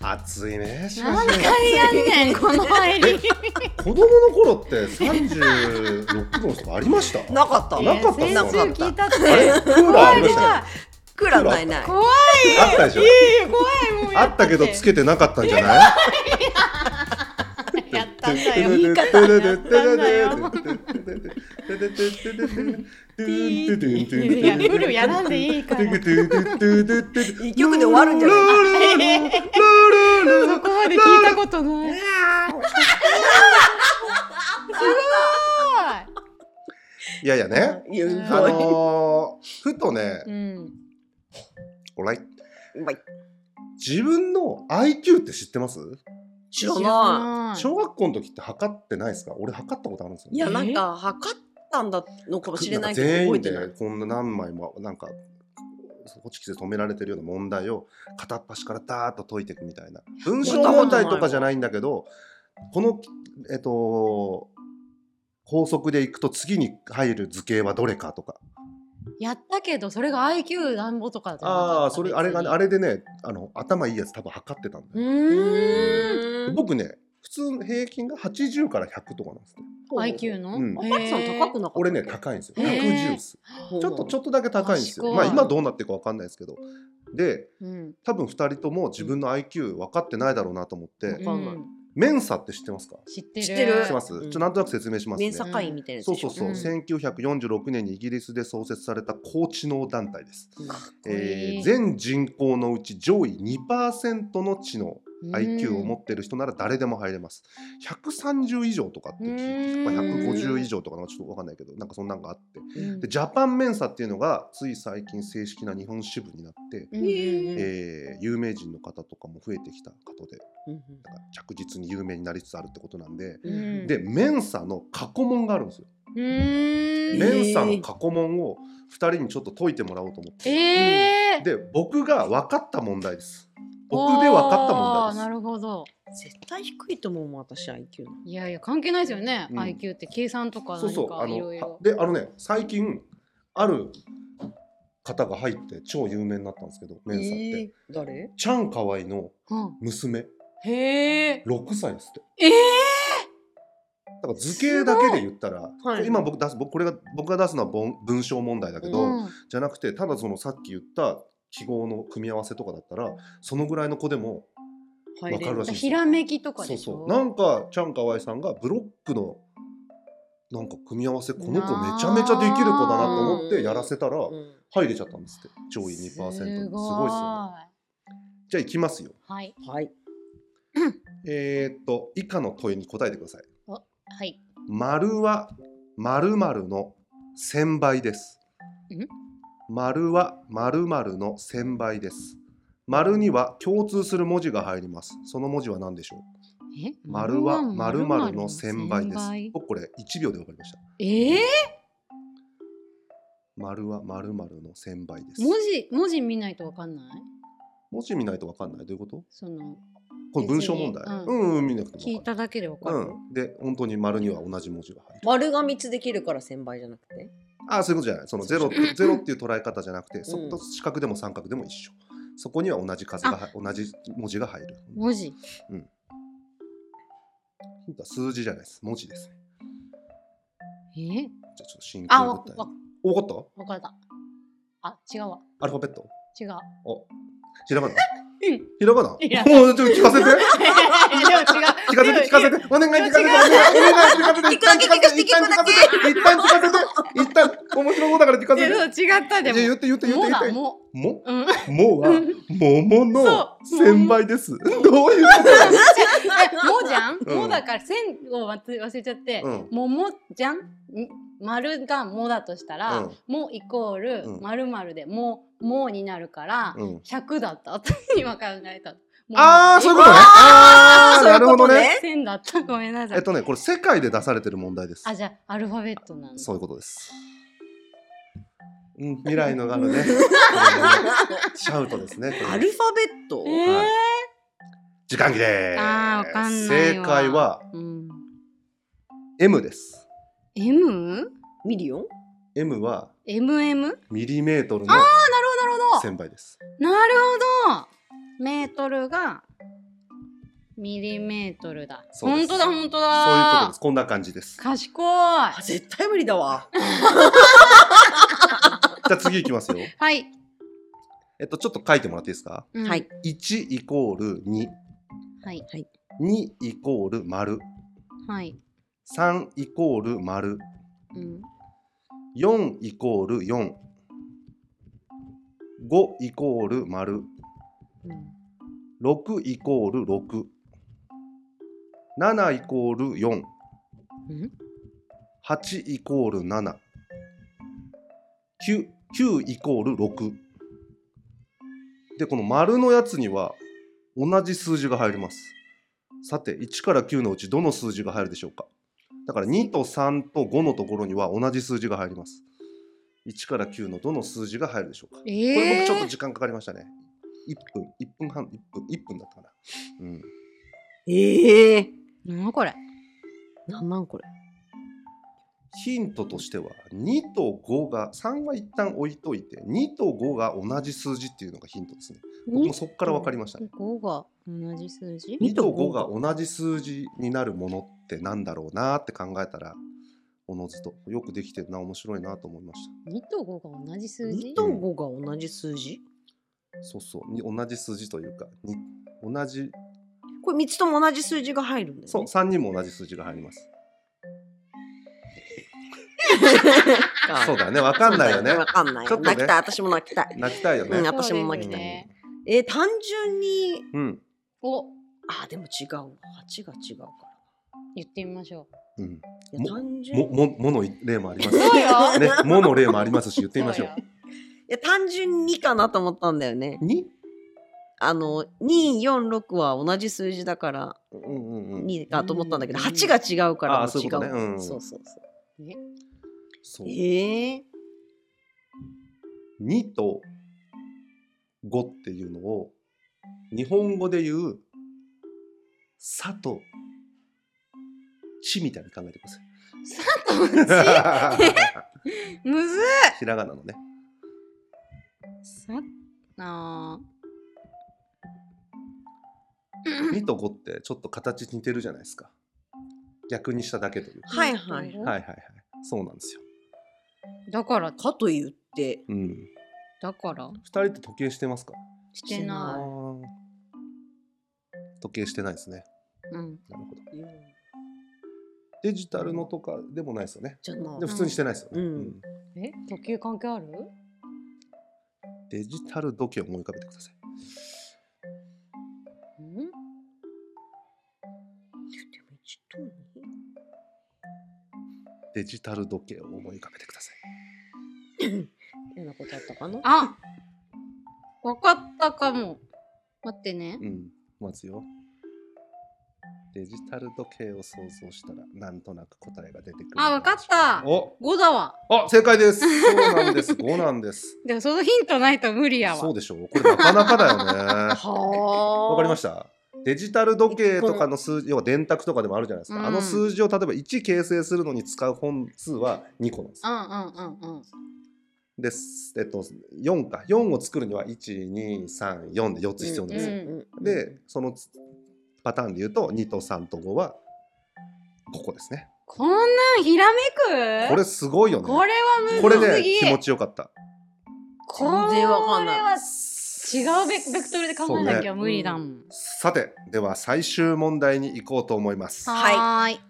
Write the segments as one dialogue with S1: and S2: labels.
S1: 暑いねしか
S2: 何
S1: し
S2: 回やんねんこの入り
S1: 子供の頃って36度とかありました
S3: なかった。
S1: なかった
S2: 先週
S1: なか
S3: った
S2: 聞いたって
S1: あれクーラーありましたよね
S3: クーラーないない。
S2: 怖い
S1: あったでしょ
S2: 怖いもう
S1: あったけどつけてなかったんじゃない
S2: やったんだよ
S1: 言い方
S2: いやフルやらんでいいから
S1: 一
S3: 一曲で終わるんじゃない
S2: そこまで聞いたことないすご
S1: いやいやね、
S3: いやう
S1: あ
S3: まい。
S1: のーふとね
S2: い、うん、
S1: おらいう
S3: まい。
S1: 自分の IQ って知ってます
S3: 知らな
S1: 小学校の時って測ってないですか俺測ったことあるんですよ
S3: い。いやなんか測ったんだのかもしれないけど
S1: 全
S3: 覚え
S1: 員
S3: てない
S1: で。こんな何枚もなんかホチキスで止められてるような問題を片っ端からダーッと解いていくみたいな文章問題とかじゃないんだけどこのえっと法則でいくと次に入る図形はどれかとか
S2: やったけどそれが IQ なんぼとかじゃなかった
S1: ああそれあれがねあ
S2: れ
S1: れでねあの頭いいやつ多分測ってたんだ
S2: う
S1: よ、
S2: ーん
S3: うーん。
S1: 僕ね普通の平均が80から100とかなんですね
S3: ほう
S2: IQ の、
S1: うん
S3: お母さん高くなかった。
S1: 俺ね高いんですよ
S2: へー
S1: 110っす
S3: ち
S1: ちょっとちょっとだけ高いんですよ
S2: 賢い
S1: まあ今どうなってるかわかんないですけどで
S2: うん
S1: 多分2人とも自分の IQ 分かってないだろうなと思って、
S3: わかんない
S2: うん
S1: メンサって知ってますか
S2: 知ってる
S3: 知ってる
S1: 知ってます、
S3: うん
S1: ちょっとなんとなく説明しますね
S3: 面会員みたいなやつ
S1: そう
S3: でし
S1: そ
S3: ょ。
S1: うそう、
S2: うん
S1: 1946年にイギリスで創設された高知能団体です、
S3: うん
S2: こいい
S1: えー全人口のうち上位2%の知能 IQ を持ってる人なら誰でも入れます130以上とかって聞いて、まあ、
S2: うん
S1: 150以上とかなんかちょっと分かんないけどなんかそんなんがあって
S2: うん
S1: でジャパンメンサっていうのがつい最近正式な日本支部になって、
S2: うんうんうん
S1: えー有名人の方とかも増えてきた方で
S3: うん
S1: なんか着実に有名になりつつあるってことなんで、
S3: うん
S2: うん
S1: でメンサの過去問があるんですよ、
S2: うーん
S3: ね
S1: メンサの過去問を2人にちょっと解いてもらおうと思って、
S2: えー、
S1: で僕が分かった問題です僕で分かった問題
S2: あー
S1: です
S2: なるほど
S3: 絶対低いと思うもん私 IQ の。
S2: いやいや関係ないですよね、
S1: うん
S2: IQ って計算とかなん
S1: そうそう
S2: か
S1: あ
S2: い
S1: の
S2: ろい
S1: は
S2: ろ
S1: であのね最近ある方が入って超有名になったんですけどメンサって、
S3: えー誰？
S1: チャンカワイの
S2: うん
S1: 娘
S2: へえ
S1: 6歳ですって
S2: えー
S1: だから図形だけで言ったら、
S3: ごいはい
S1: 今僕出す僕これが僕が出すのは文文章問題だけど、
S2: うん
S1: じゃなくてただそのさっき言った記号の組み合わせとかだったらそのぐらいの子でも
S3: 入れ
S1: わかるらしいです
S2: ひらめきとか
S1: そ
S2: で
S1: う
S2: し
S1: そ
S2: ょ
S1: うなんかチャンカワイさんがブロックのなんか組み合わせこの子めちゃめちゃできる子だなと思ってやらせたら
S3: うん
S1: 入れちゃったんですって上位2%すごいっすよね
S2: すごい
S1: じゃあいきますよ
S2: はい
S3: はい。
S1: えー、っと以下の問いに答えてください
S2: はい
S1: 丸は丸々の千倍です。丸は丸々の千倍です。丸には共通する文字が入ります。その文字は何でしょう。
S2: え
S1: 丸は丸々の千倍です。僕これ一秒でわかりました。
S2: ええ
S1: 丸は丸々の千倍です。
S2: 文字文字見ないとわかんない
S1: 文字見ないとわかんない。どういうこと？
S2: その
S1: これ文章問題。
S2: 別に
S1: う、
S2: うん
S1: うん、見なくても
S2: 聞い
S1: わか
S2: ただけでわか
S1: る。
S2: る、
S1: うん。で本当に丸には同じ文字が入る。
S3: 丸が三つできるから千倍じゃなくて。
S1: ああそういうことじゃないそのゼロゼロっていう捉え方じゃなくてそ
S3: うん
S1: と四角でも三角でも一緒そこには同じ数がは同じ文字が入る
S2: 文字
S1: ヒントは数字じゃないです文字ですね
S2: え
S1: じゃあちょっと真
S2: あ
S1: 剣
S2: わ
S1: 物
S2: わ
S1: 体お分かっ
S2: わかったあ違うわ
S1: たアルファベット
S2: 違 う
S1: おひらがな
S2: うん
S1: ひらがなお
S2: いや
S1: ーちょっと聞かせて
S2: でも違う
S1: 聞かせて聞かせてお願い聞かせてお願い聞かせて
S3: 聞くだけ
S1: 一旦
S3: 聞 くだけ
S1: 一旦聞かせて一旦聞かせて一旦面白いことだから聞かせ
S2: で
S1: て
S2: も違った
S1: じ
S2: で
S1: ゃあ言っ
S2: も
S1: て言って言っ
S2: も
S1: て言
S2: う
S1: っ
S2: だ
S1: て
S2: も
S1: も
S2: ううん
S1: もは桃の
S2: そう
S1: 千倍ですどういうことだよ
S2: え、 もじゃん、
S1: うん
S2: もだから線を忘れ忘れちゃって、
S1: うん
S2: ももじゃんん丸がもだとしたら、
S1: うん
S2: もイコール
S1: うん
S2: まるまるでももになるから、
S1: うん
S2: 100だった私今考えた
S1: ああ、そういうことね。
S2: ね
S1: ああー、
S3: そうい
S1: な
S3: うこ
S1: る
S3: と
S1: ほどね。
S3: ね
S2: 線だったごめんなさい、
S1: えっとね、これ世界で出されてる問題です。
S2: あじゃあアルファベットなんだ
S1: そういうことです。うん、未来のあるね。シャウトですね。これ
S3: アルファベット。
S2: え
S1: はい時間切れ。
S2: あーわかんない
S1: 正
S2: わ
S1: 解は
S2: ーうん
S1: M です。
S2: M?
S3: ミリオン？
S1: M は
S2: MM? なる
S1: ミリメートルの
S2: ほどなるほど
S1: 千倍です。
S2: なるほどメートルがミリメートルだ。
S1: そうで
S2: 本
S1: す
S2: 当だ、本
S1: そ
S2: 当
S1: ういうこと
S2: だ
S1: です。。こんな感じです。じ
S2: 賢い。は
S3: あ絶対無理 だわ。
S1: ゃあ次いきますよ。
S2: い。
S1: えっと、ちょっと書いてもらっていいですか
S2: うん
S3: はい。。
S1: ?1 イコール2、
S2: はい。
S1: 2イコール丸、
S2: はい。
S1: 3イコール丸、
S2: うん。
S1: 4イコール4、5イコール丸、
S2: うん
S1: 6イコール6、7イコール4、
S2: うん
S1: 8イコール7、9, 9イコール6。で、この丸のやつには同じ数字が入ります。さて、1から9のうちどの数字が入るでしょうかだから2と3と5のところには同じ数字が入ります。1から9のどの数字が入るでしょうか
S2: え
S1: これ僕
S2: ー、
S1: ちょっと時間かかりましたね。1分、1分半、1分、1分だったかな。うん。
S3: ええ
S2: なんだこれ。
S3: なんなんこれ。
S1: ヒントとしては2と5が3は一旦置いといて2と5が同じ数字っていうのがヒントですね。僕もそこから分かりましたね。
S2: 5が同じ数字
S3: に
S1: 2と5が同じ数字になるものってなんだろうなって考えたらおのずとよくできてるな面白いなと思いまし
S2: ?2 と5が同じ数字
S3: 二と五が同じ数字？
S1: た。そうそうに同じ数字というかに同じ
S3: これ三つとも同じ数字が入るんだよ、ね。
S1: そう3人も同じ数字が入ります。そうだよね分かんないよね
S3: わかんない
S1: ちょ
S3: よ。
S1: っとね
S3: 泣きたい。私も泣きたい。
S1: 泣きたいよ
S3: うん
S1: ね。
S3: 私も泣き
S1: たい
S3: えー、単純に。
S1: うん
S2: お
S3: あー、でも違うわ。八が違うから。
S2: 言ってみましょ
S1: うん。
S3: いや、単純に。
S1: もももの例もあります
S2: う。。そうよ
S1: ね、もの例もありますし言ってみましょう。
S3: いや、単純にかなと思ったんだよね。
S1: 2?
S3: あの、2、4、6は同じ数字だから、
S1: うんうんうん。
S3: 2だと思ったんだけど、
S2: うん
S3: 8が違うからも
S1: あー
S3: う
S1: そうい
S3: 違
S1: うこ
S3: う。
S1: とねうん
S3: そうそうそう。
S1: そう
S3: ええ
S1: 2と5っていうのを日本語で言う「さ」と「ち」みたいに考えてくだ さ
S2: ち
S1: い。
S2: むずっ
S1: ひらがなのね。
S2: さあ
S1: 2と5ってちょっと形似てるじゃないですか。逆にしただけというか。
S3: はいはい。
S1: はいはいはい。そうなんですよ。
S2: ーだから
S3: かと言って、
S1: うん。
S2: だから
S1: 2人って時計してますか
S2: して
S1: あ
S2: な
S1: ー時計してないですね。
S2: い、うん、
S1: なるほど。デジタルのとかでもないですよね。
S3: じゃあな
S1: でも普通にしてないですよね。
S3: うん
S2: え時計関係ある
S1: デジタル時計を思い浮かべてください。
S2: うん
S3: でも一と二
S1: デジタル時計を思い浮かべてください。
S3: 嫌なことあったかな
S2: あわかったかも待ってね
S1: うん、待つよ。デジタル時計を想像したら、なんとなく答えが出てくる。
S2: あわかった
S1: お、
S2: 5だわ
S1: あ、正解です。そうなん です。五なんです。
S2: でもそのヒントないと無理やわ
S1: そうでしょう。これなかなかだよね。
S3: は
S1: わかりま
S3: し
S1: した。デジタル時計とかの数字、要は電卓とかでもあるじゃないですか。
S2: うん
S1: あの数字を例えば1形成するのに使う本数は2個なんです。
S2: うんうんうんうん
S1: です。えっと、4か。4を作るには1、2、3、4で4つ必要なんですよ。
S3: うん
S1: で、そのつパターンで言うと2と3と5はここですね。
S2: こんなんひらめく
S1: これすごいよね。
S2: これは
S1: こ
S2: む
S1: れ
S2: ずす
S1: ね
S2: ぎ
S1: 気持ちよかった。
S2: こ
S3: 全
S2: れ
S3: 然わかんない
S2: は違うベベクトルで考えなきゃ無理だもん、
S1: さてでは最終問題に行こうと思います。
S3: はい
S2: はーい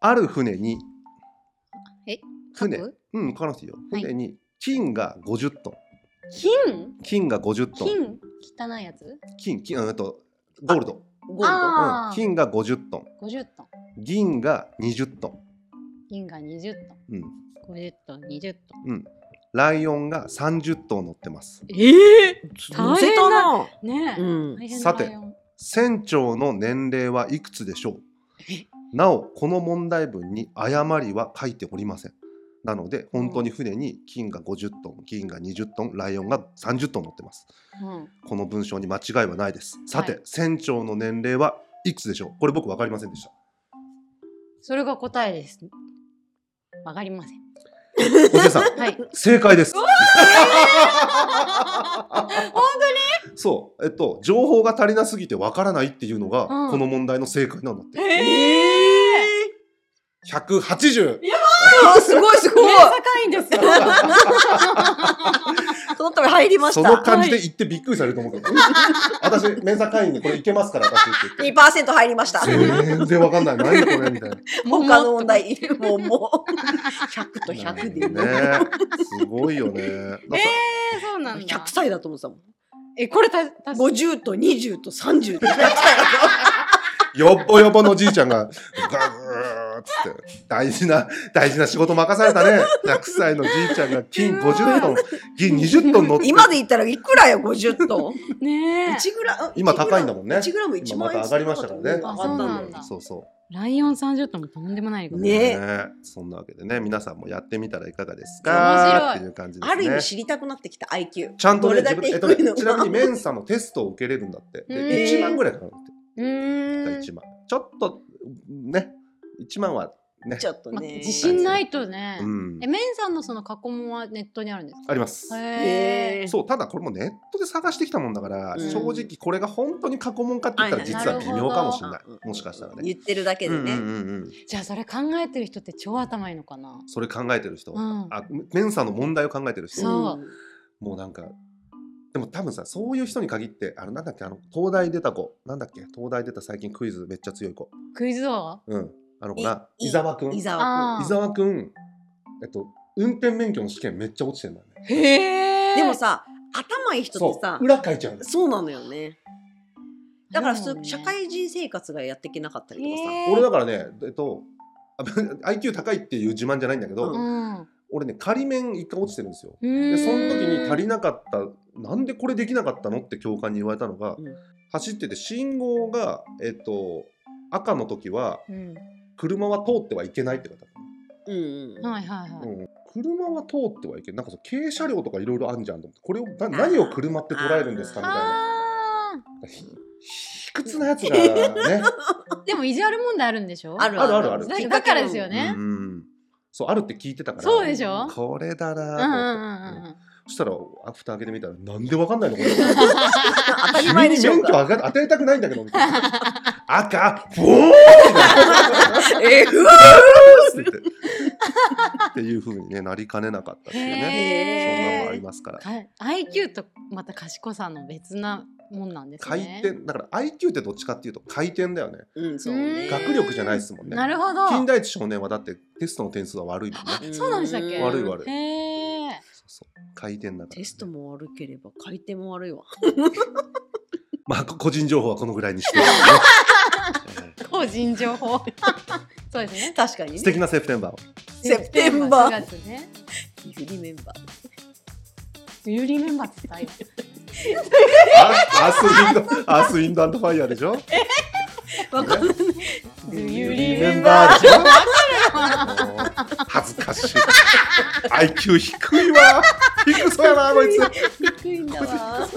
S1: ある船に
S2: え
S1: 船
S2: 書く
S1: うん書かなくていいよ。
S2: はい
S1: 船に金が50トン
S2: 金
S1: 金が50トン
S2: 金汚いやつ
S1: 金金うんえっとゴールド、
S3: ゴール
S2: あー
S1: うん金が50トン
S2: 50トン
S1: 銀が20ト
S2: 銀が20ト
S1: ン、うん
S2: ン50トン20トン
S1: うん、ライオンが30頭乗ってます。
S2: ええ
S3: ド。
S2: 大
S3: 乗せ
S2: 変
S3: た
S2: だ
S3: な。
S2: ねえ、
S3: うん。
S2: 大変
S1: さ
S2: だ
S1: て
S2: よ
S1: 船長の年齢はいくつでしょう
S2: え
S1: なおこの問題文に誤りは書いておりませんなので本当に船に金が50トン銀が20トンライオンが30トン乗ってます
S2: うん
S1: この文章に間違いはないですさて、
S2: はい
S1: 船長の年齢はいくつでしょうこれ僕分かりませんでした
S2: それが答えですわかりません
S1: おせさ ん、
S2: はい。
S1: 正解です。
S2: 本当に
S1: そう、えっと、情報が足りなすぎてわからないっていうのが、
S2: うん
S1: この問題の正解なんだって。
S2: ええ
S1: 180!
S3: あすごいすごい
S4: 高いんですよ。
S3: そのため入りまし
S1: その
S3: た。
S1: 感じで言ってびっくりされると思うけど、 私、面査会員でこれいけますから、私って言って。
S3: 2%入りました。
S1: 全然わかんない。何これみたいな。
S3: 他の問題、もうもう。100と100でいい
S1: ね
S3: の。
S1: すごいよね。だから
S2: ー、そうなん
S3: 100
S2: だ。
S3: 歳だと思ってたもん。
S2: え、これた、たし
S3: 50と20と30と100歳
S1: よっぽよぼのじいちゃんが、ガブーっつって、大事な、大事な仕事任されたね。100歳のじいちゃんが金50トン、銀20トン乗って。
S3: 今で言ったらいくらよ、50トン。
S2: ねえ。
S3: 1グラ
S1: 今高いんだもんね
S3: 1グラム1
S1: 今ま
S3: 万円
S1: た上がりましたからね。
S3: 上がった
S2: あ
S3: んだ
S2: そうな
S3: よ
S2: んだ
S1: そうそ
S2: ライオン30トンもとんでもないこ
S1: う。
S2: と。
S3: ねえ
S1: え。そんなわけでね、皆さんもやってみたらいかがです
S2: 面
S1: か
S2: 白い
S1: っていう感じですね。
S3: ある意味知りたくなってきた IQ。
S1: ちゃんと
S3: ど
S1: ね、自
S3: れだ
S1: 分、
S3: け
S1: えっと
S3: 低い
S1: ね、
S3: の
S1: ちなみ
S3: か
S1: に。メンサのテストを受けれるんだって。で、
S2: うん
S1: 1万ぐらいかかるんだ
S2: う
S1: って。
S2: ーん。
S1: 1万。ちょっと、ね、1万はね
S3: ち。ょっと
S2: まあ
S3: ね。
S2: 自信ないとね
S1: う。ん
S2: え、。メンさんのその過去問はネットにあるんです
S1: あります
S2: か。
S3: へ
S2: へ
S3: ー
S2: え。
S1: そうただこれもネットで探してきたもんだから、
S3: うん
S1: 正直これが本当に過去問かって言ったら
S3: はいは
S1: 実
S3: い
S1: は微妙かもしれない、
S3: うん
S1: もしかしたらね。
S3: 言ってるだけで
S1: うん
S3: ね。
S1: うんうんうん
S2: じゃあそれ考えてる人って超頭いいのかな。
S1: それ考えてる人、
S2: うん
S1: あメンサの問題を考えてる人
S2: そう
S1: もうなんかでも多分さそういう人に限ってあのなんだっけあの東大出た子なんだっけ東大出た最近クイズめっちゃ強い子、
S2: クイズ王
S1: うん、あの子ない伊沢くん
S3: 伊
S1: 伊
S3: 沢
S2: あー
S1: 沢くんえっと運転免許の試験めっちゃ落ちてんだよね。
S2: へ
S3: く
S2: え。
S3: ん。でも、さ、頭いい人って
S1: そ
S3: さ
S1: う、裏書いちゃうんです
S3: そうなのよね。だから普通、社会人生活がやっていけなかったりとかさ。
S2: へー
S1: 俺だからねえっとあ IQ 高いっていう自慢じゃないんだけど、
S3: う
S2: うん。う
S1: 俺ね仮免一回落ちてるんですよ
S2: ー
S1: で
S2: ん
S1: その時に足りなかったなんでこれできなかったのって教官に言われたのが、
S3: うん
S1: 走ってて信号がえっと赤の時は
S2: うん。
S1: 車は通ってはいけないって方、
S3: うんうんうん。
S2: はいはいはい。
S1: うん、車は通ってはいけないなんかその軽車両とかいろいろあんじゃんと思ってこれをな何を車って捉えるんですかみたいな
S2: あ
S1: ひ卑屈なやつが ね
S2: ーでも意地悪問題あるんでしょ
S3: ある
S1: あるあるある
S2: だだからですよね
S1: う。んそうあるって聞いてたから
S2: そうでしょ
S1: これだ
S2: う
S1: なんと思って
S2: うんうんうん。
S1: そしたら、アフター開けてみたら、なんでわかんないのこれ。
S3: 当たり
S1: 君
S3: 前で
S1: に
S3: しょう
S1: 免許
S3: か。
S1: あが与えたくないんだけど、みたい な。赤、ボーン
S3: えー、うわ
S1: って言っ て。っていうふうにね、なりかねなかったっていうね。そんなのもあ
S2: へ
S1: り
S2: え。
S1: ますから。
S2: IQ とまた賢さの別なもんなんです
S1: 回
S2: ね。
S1: 転、だから IQ ってどっちかっていうと回転だよね。
S3: うん、そうね。
S1: 学力じゃないですもんね。
S2: なるほど。
S1: 金田一少年はだってテストの点数は悪いもんね。
S2: あそうなんでしたっけ？
S3: うん
S1: 悪い悪い。
S2: へえ。
S1: そうそう回転だから。
S3: テストも悪ければ回転も悪いわ。
S1: まあ、こ個人情報はこのぐらいにして。ね
S2: 個人情報。 そうですね。
S3: 確かにね。
S1: 素敵 なセプテンバーを。
S3: セプテンバー
S2: 9月 ね。
S3: フリーメンバー。
S2: ユリメンバーって言った今
S1: あアースインド、アースインドアンドファイヤーでしょ
S3: わかんない。
S2: Do
S1: ユ
S2: you
S1: リメン
S2: remember?
S1: バーでしょもう恥ずかしい IQ 低いわ低そうやなこいつ
S3: 低いんだわ。